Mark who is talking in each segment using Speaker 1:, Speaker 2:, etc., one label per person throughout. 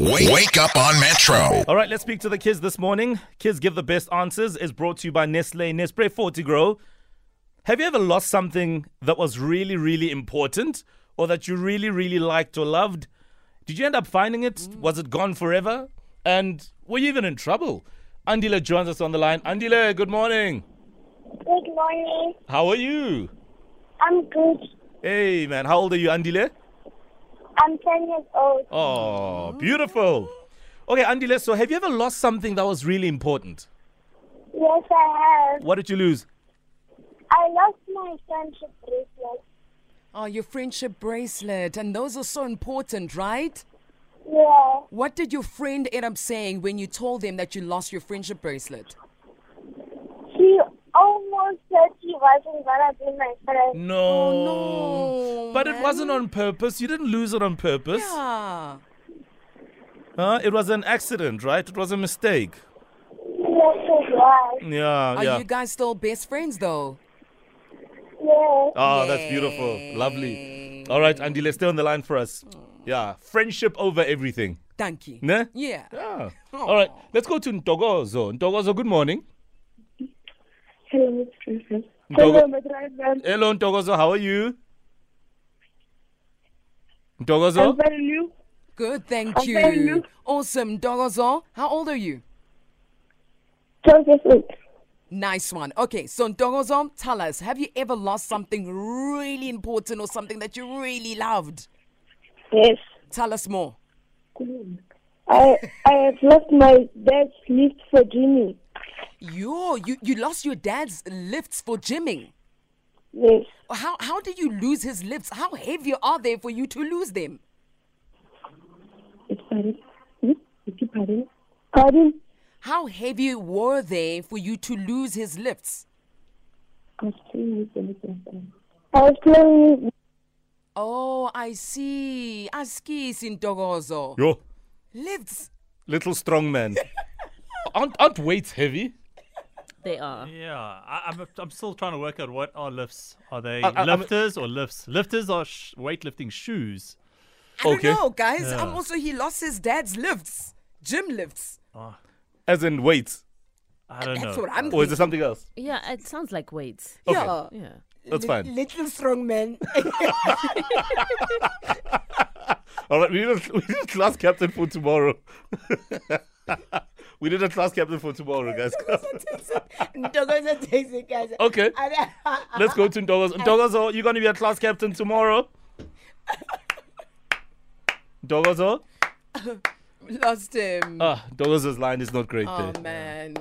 Speaker 1: Wake, wake up on Metro.
Speaker 2: All right, let's speak to the kids this morning. Kids Give the Best Answers is brought to you by Nestle Nespre Fortigro. Have you ever lost something that was really, really important or that you really, really liked or loved? Did you end up finding it? Was it gone forever? And were you even in trouble? Andile joins us on the line. Andile, good morning.
Speaker 3: Good morning.
Speaker 2: How are you?
Speaker 3: I'm good.
Speaker 2: Hey, man, how old are you, Andile?
Speaker 3: I'm 10 years old.
Speaker 2: Oh, beautiful. Okay, Andile, so have you ever lost something that was really important?
Speaker 3: Yes, I have.
Speaker 2: What did you lose?
Speaker 3: I lost my friendship bracelet.
Speaker 4: Oh, your friendship bracelet. And those are so important, right?
Speaker 3: Yeah.
Speaker 4: What did your friend end up saying when you told them that you lost your friendship bracelet?
Speaker 3: She almost said she wasn't gonna be my friend.
Speaker 2: No.
Speaker 4: Oh, no,
Speaker 2: But it
Speaker 4: man.
Speaker 2: wasn't on purpose. You didn't lose it on purpose.
Speaker 4: Yeah.
Speaker 2: Uh, Huh? It was an accident, right? It was a mistake.
Speaker 3: Yes, it was.
Speaker 2: Yeah,
Speaker 4: Are
Speaker 2: yeah.
Speaker 4: you guys still best friends, though?
Speaker 3: Yes.
Speaker 2: oh, that's beautiful. Lovely. All right, Andile, stay on the line for us.
Speaker 4: Oh.
Speaker 2: Yeah, friendship over everything.
Speaker 4: Thank you.
Speaker 2: Ne?
Speaker 4: Yeah.
Speaker 2: Yeah.
Speaker 4: Oh.
Speaker 2: All right, let's go to Ntogozo. Ntogozo, good morning.
Speaker 3: Hello,
Speaker 2: Ntogo-
Speaker 3: Mr.
Speaker 2: Hello, Ntogozo, how are you?
Speaker 3: I'm
Speaker 2: Ntogozo?
Speaker 3: very new.
Speaker 4: Good, thank
Speaker 3: I'm very
Speaker 4: you.
Speaker 3: new.
Speaker 4: Awesome. Dogozo, how old are you?
Speaker 3: Joseph Wood.
Speaker 4: Nice one. Okay, so Dogozo, tell us, have you ever lost something really important or something that you really loved?
Speaker 3: Yes.
Speaker 4: Tell us more.
Speaker 3: I I have lost my dad's list for Jimmy.
Speaker 4: Yo, you, you lost your dad's lifts for gymming.
Speaker 3: Yes.
Speaker 4: How how did you lose his lips? How heavy are they for you to lose them?
Speaker 3: It's pardon. Pardon? Pardon?
Speaker 4: How heavy were they for you to lose his lips?
Speaker 3: I was playing with them. I was playing with
Speaker 4: Oh, I see. Askis in Togozo.
Speaker 2: Yo,
Speaker 4: Lips.
Speaker 2: little strong man. aren't, aren't weights heavy?
Speaker 5: They are.
Speaker 6: Yeah, I, I'm, I'm still trying to work out what are lifts. Are they
Speaker 2: I- I'm-
Speaker 6: lifters or lifts? Lifters are sh- weightlifting shoes.
Speaker 4: I
Speaker 2: Okay.
Speaker 4: don't know, guys. I'm also he lost his dad's lifts. Gym lifts.
Speaker 2: As in weights.
Speaker 6: I don't
Speaker 4: That's
Speaker 6: know.
Speaker 4: what I'm
Speaker 2: Or is it
Speaker 4: thinking.
Speaker 2: something else?
Speaker 5: Yeah, it sounds like weights.
Speaker 4: Yeah.
Speaker 5: Yeah.
Speaker 2: That's fine.
Speaker 4: Little strong man.
Speaker 2: All right, we need a, we need a class captain for tomorrow. we need a class captain for tomorrow, guys.
Speaker 7: Ntokozo takes it, guys.
Speaker 2: okay,
Speaker 7: And, uh,
Speaker 2: let's go to Ndogos. Ndogozo, you're going to be a class captain tomorrow. Ndogozo?
Speaker 4: lost him.
Speaker 2: Ah, Ndogozo's line is not great
Speaker 4: oh
Speaker 2: there.
Speaker 4: man.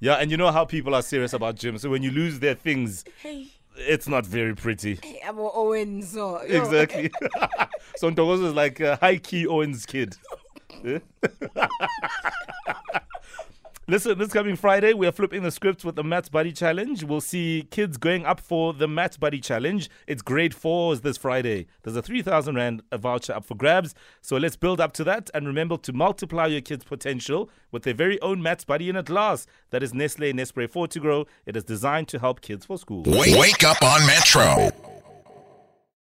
Speaker 2: Yeah, and you know how people are serious about gym. So when you lose their things, it's not very pretty.
Speaker 4: I'm Owen so
Speaker 2: Exactly. so Ntogozo is like uh, high key Owen's kid. Eh? Listen, this coming Friday, we are flipping the script with the Maths Buddy Challenge. We'll see kids going up for the Maths Buddy Challenge. It's grade fours this Friday. There's a 3,000 Rand voucher up for grabs. So let's build up to that and remember to multiply your kids' potential with their very own Maths Buddy in at last. That is Nestle Nespre Fortigro. It is designed to help kids for school.
Speaker 1: Wake, wake up on Metro.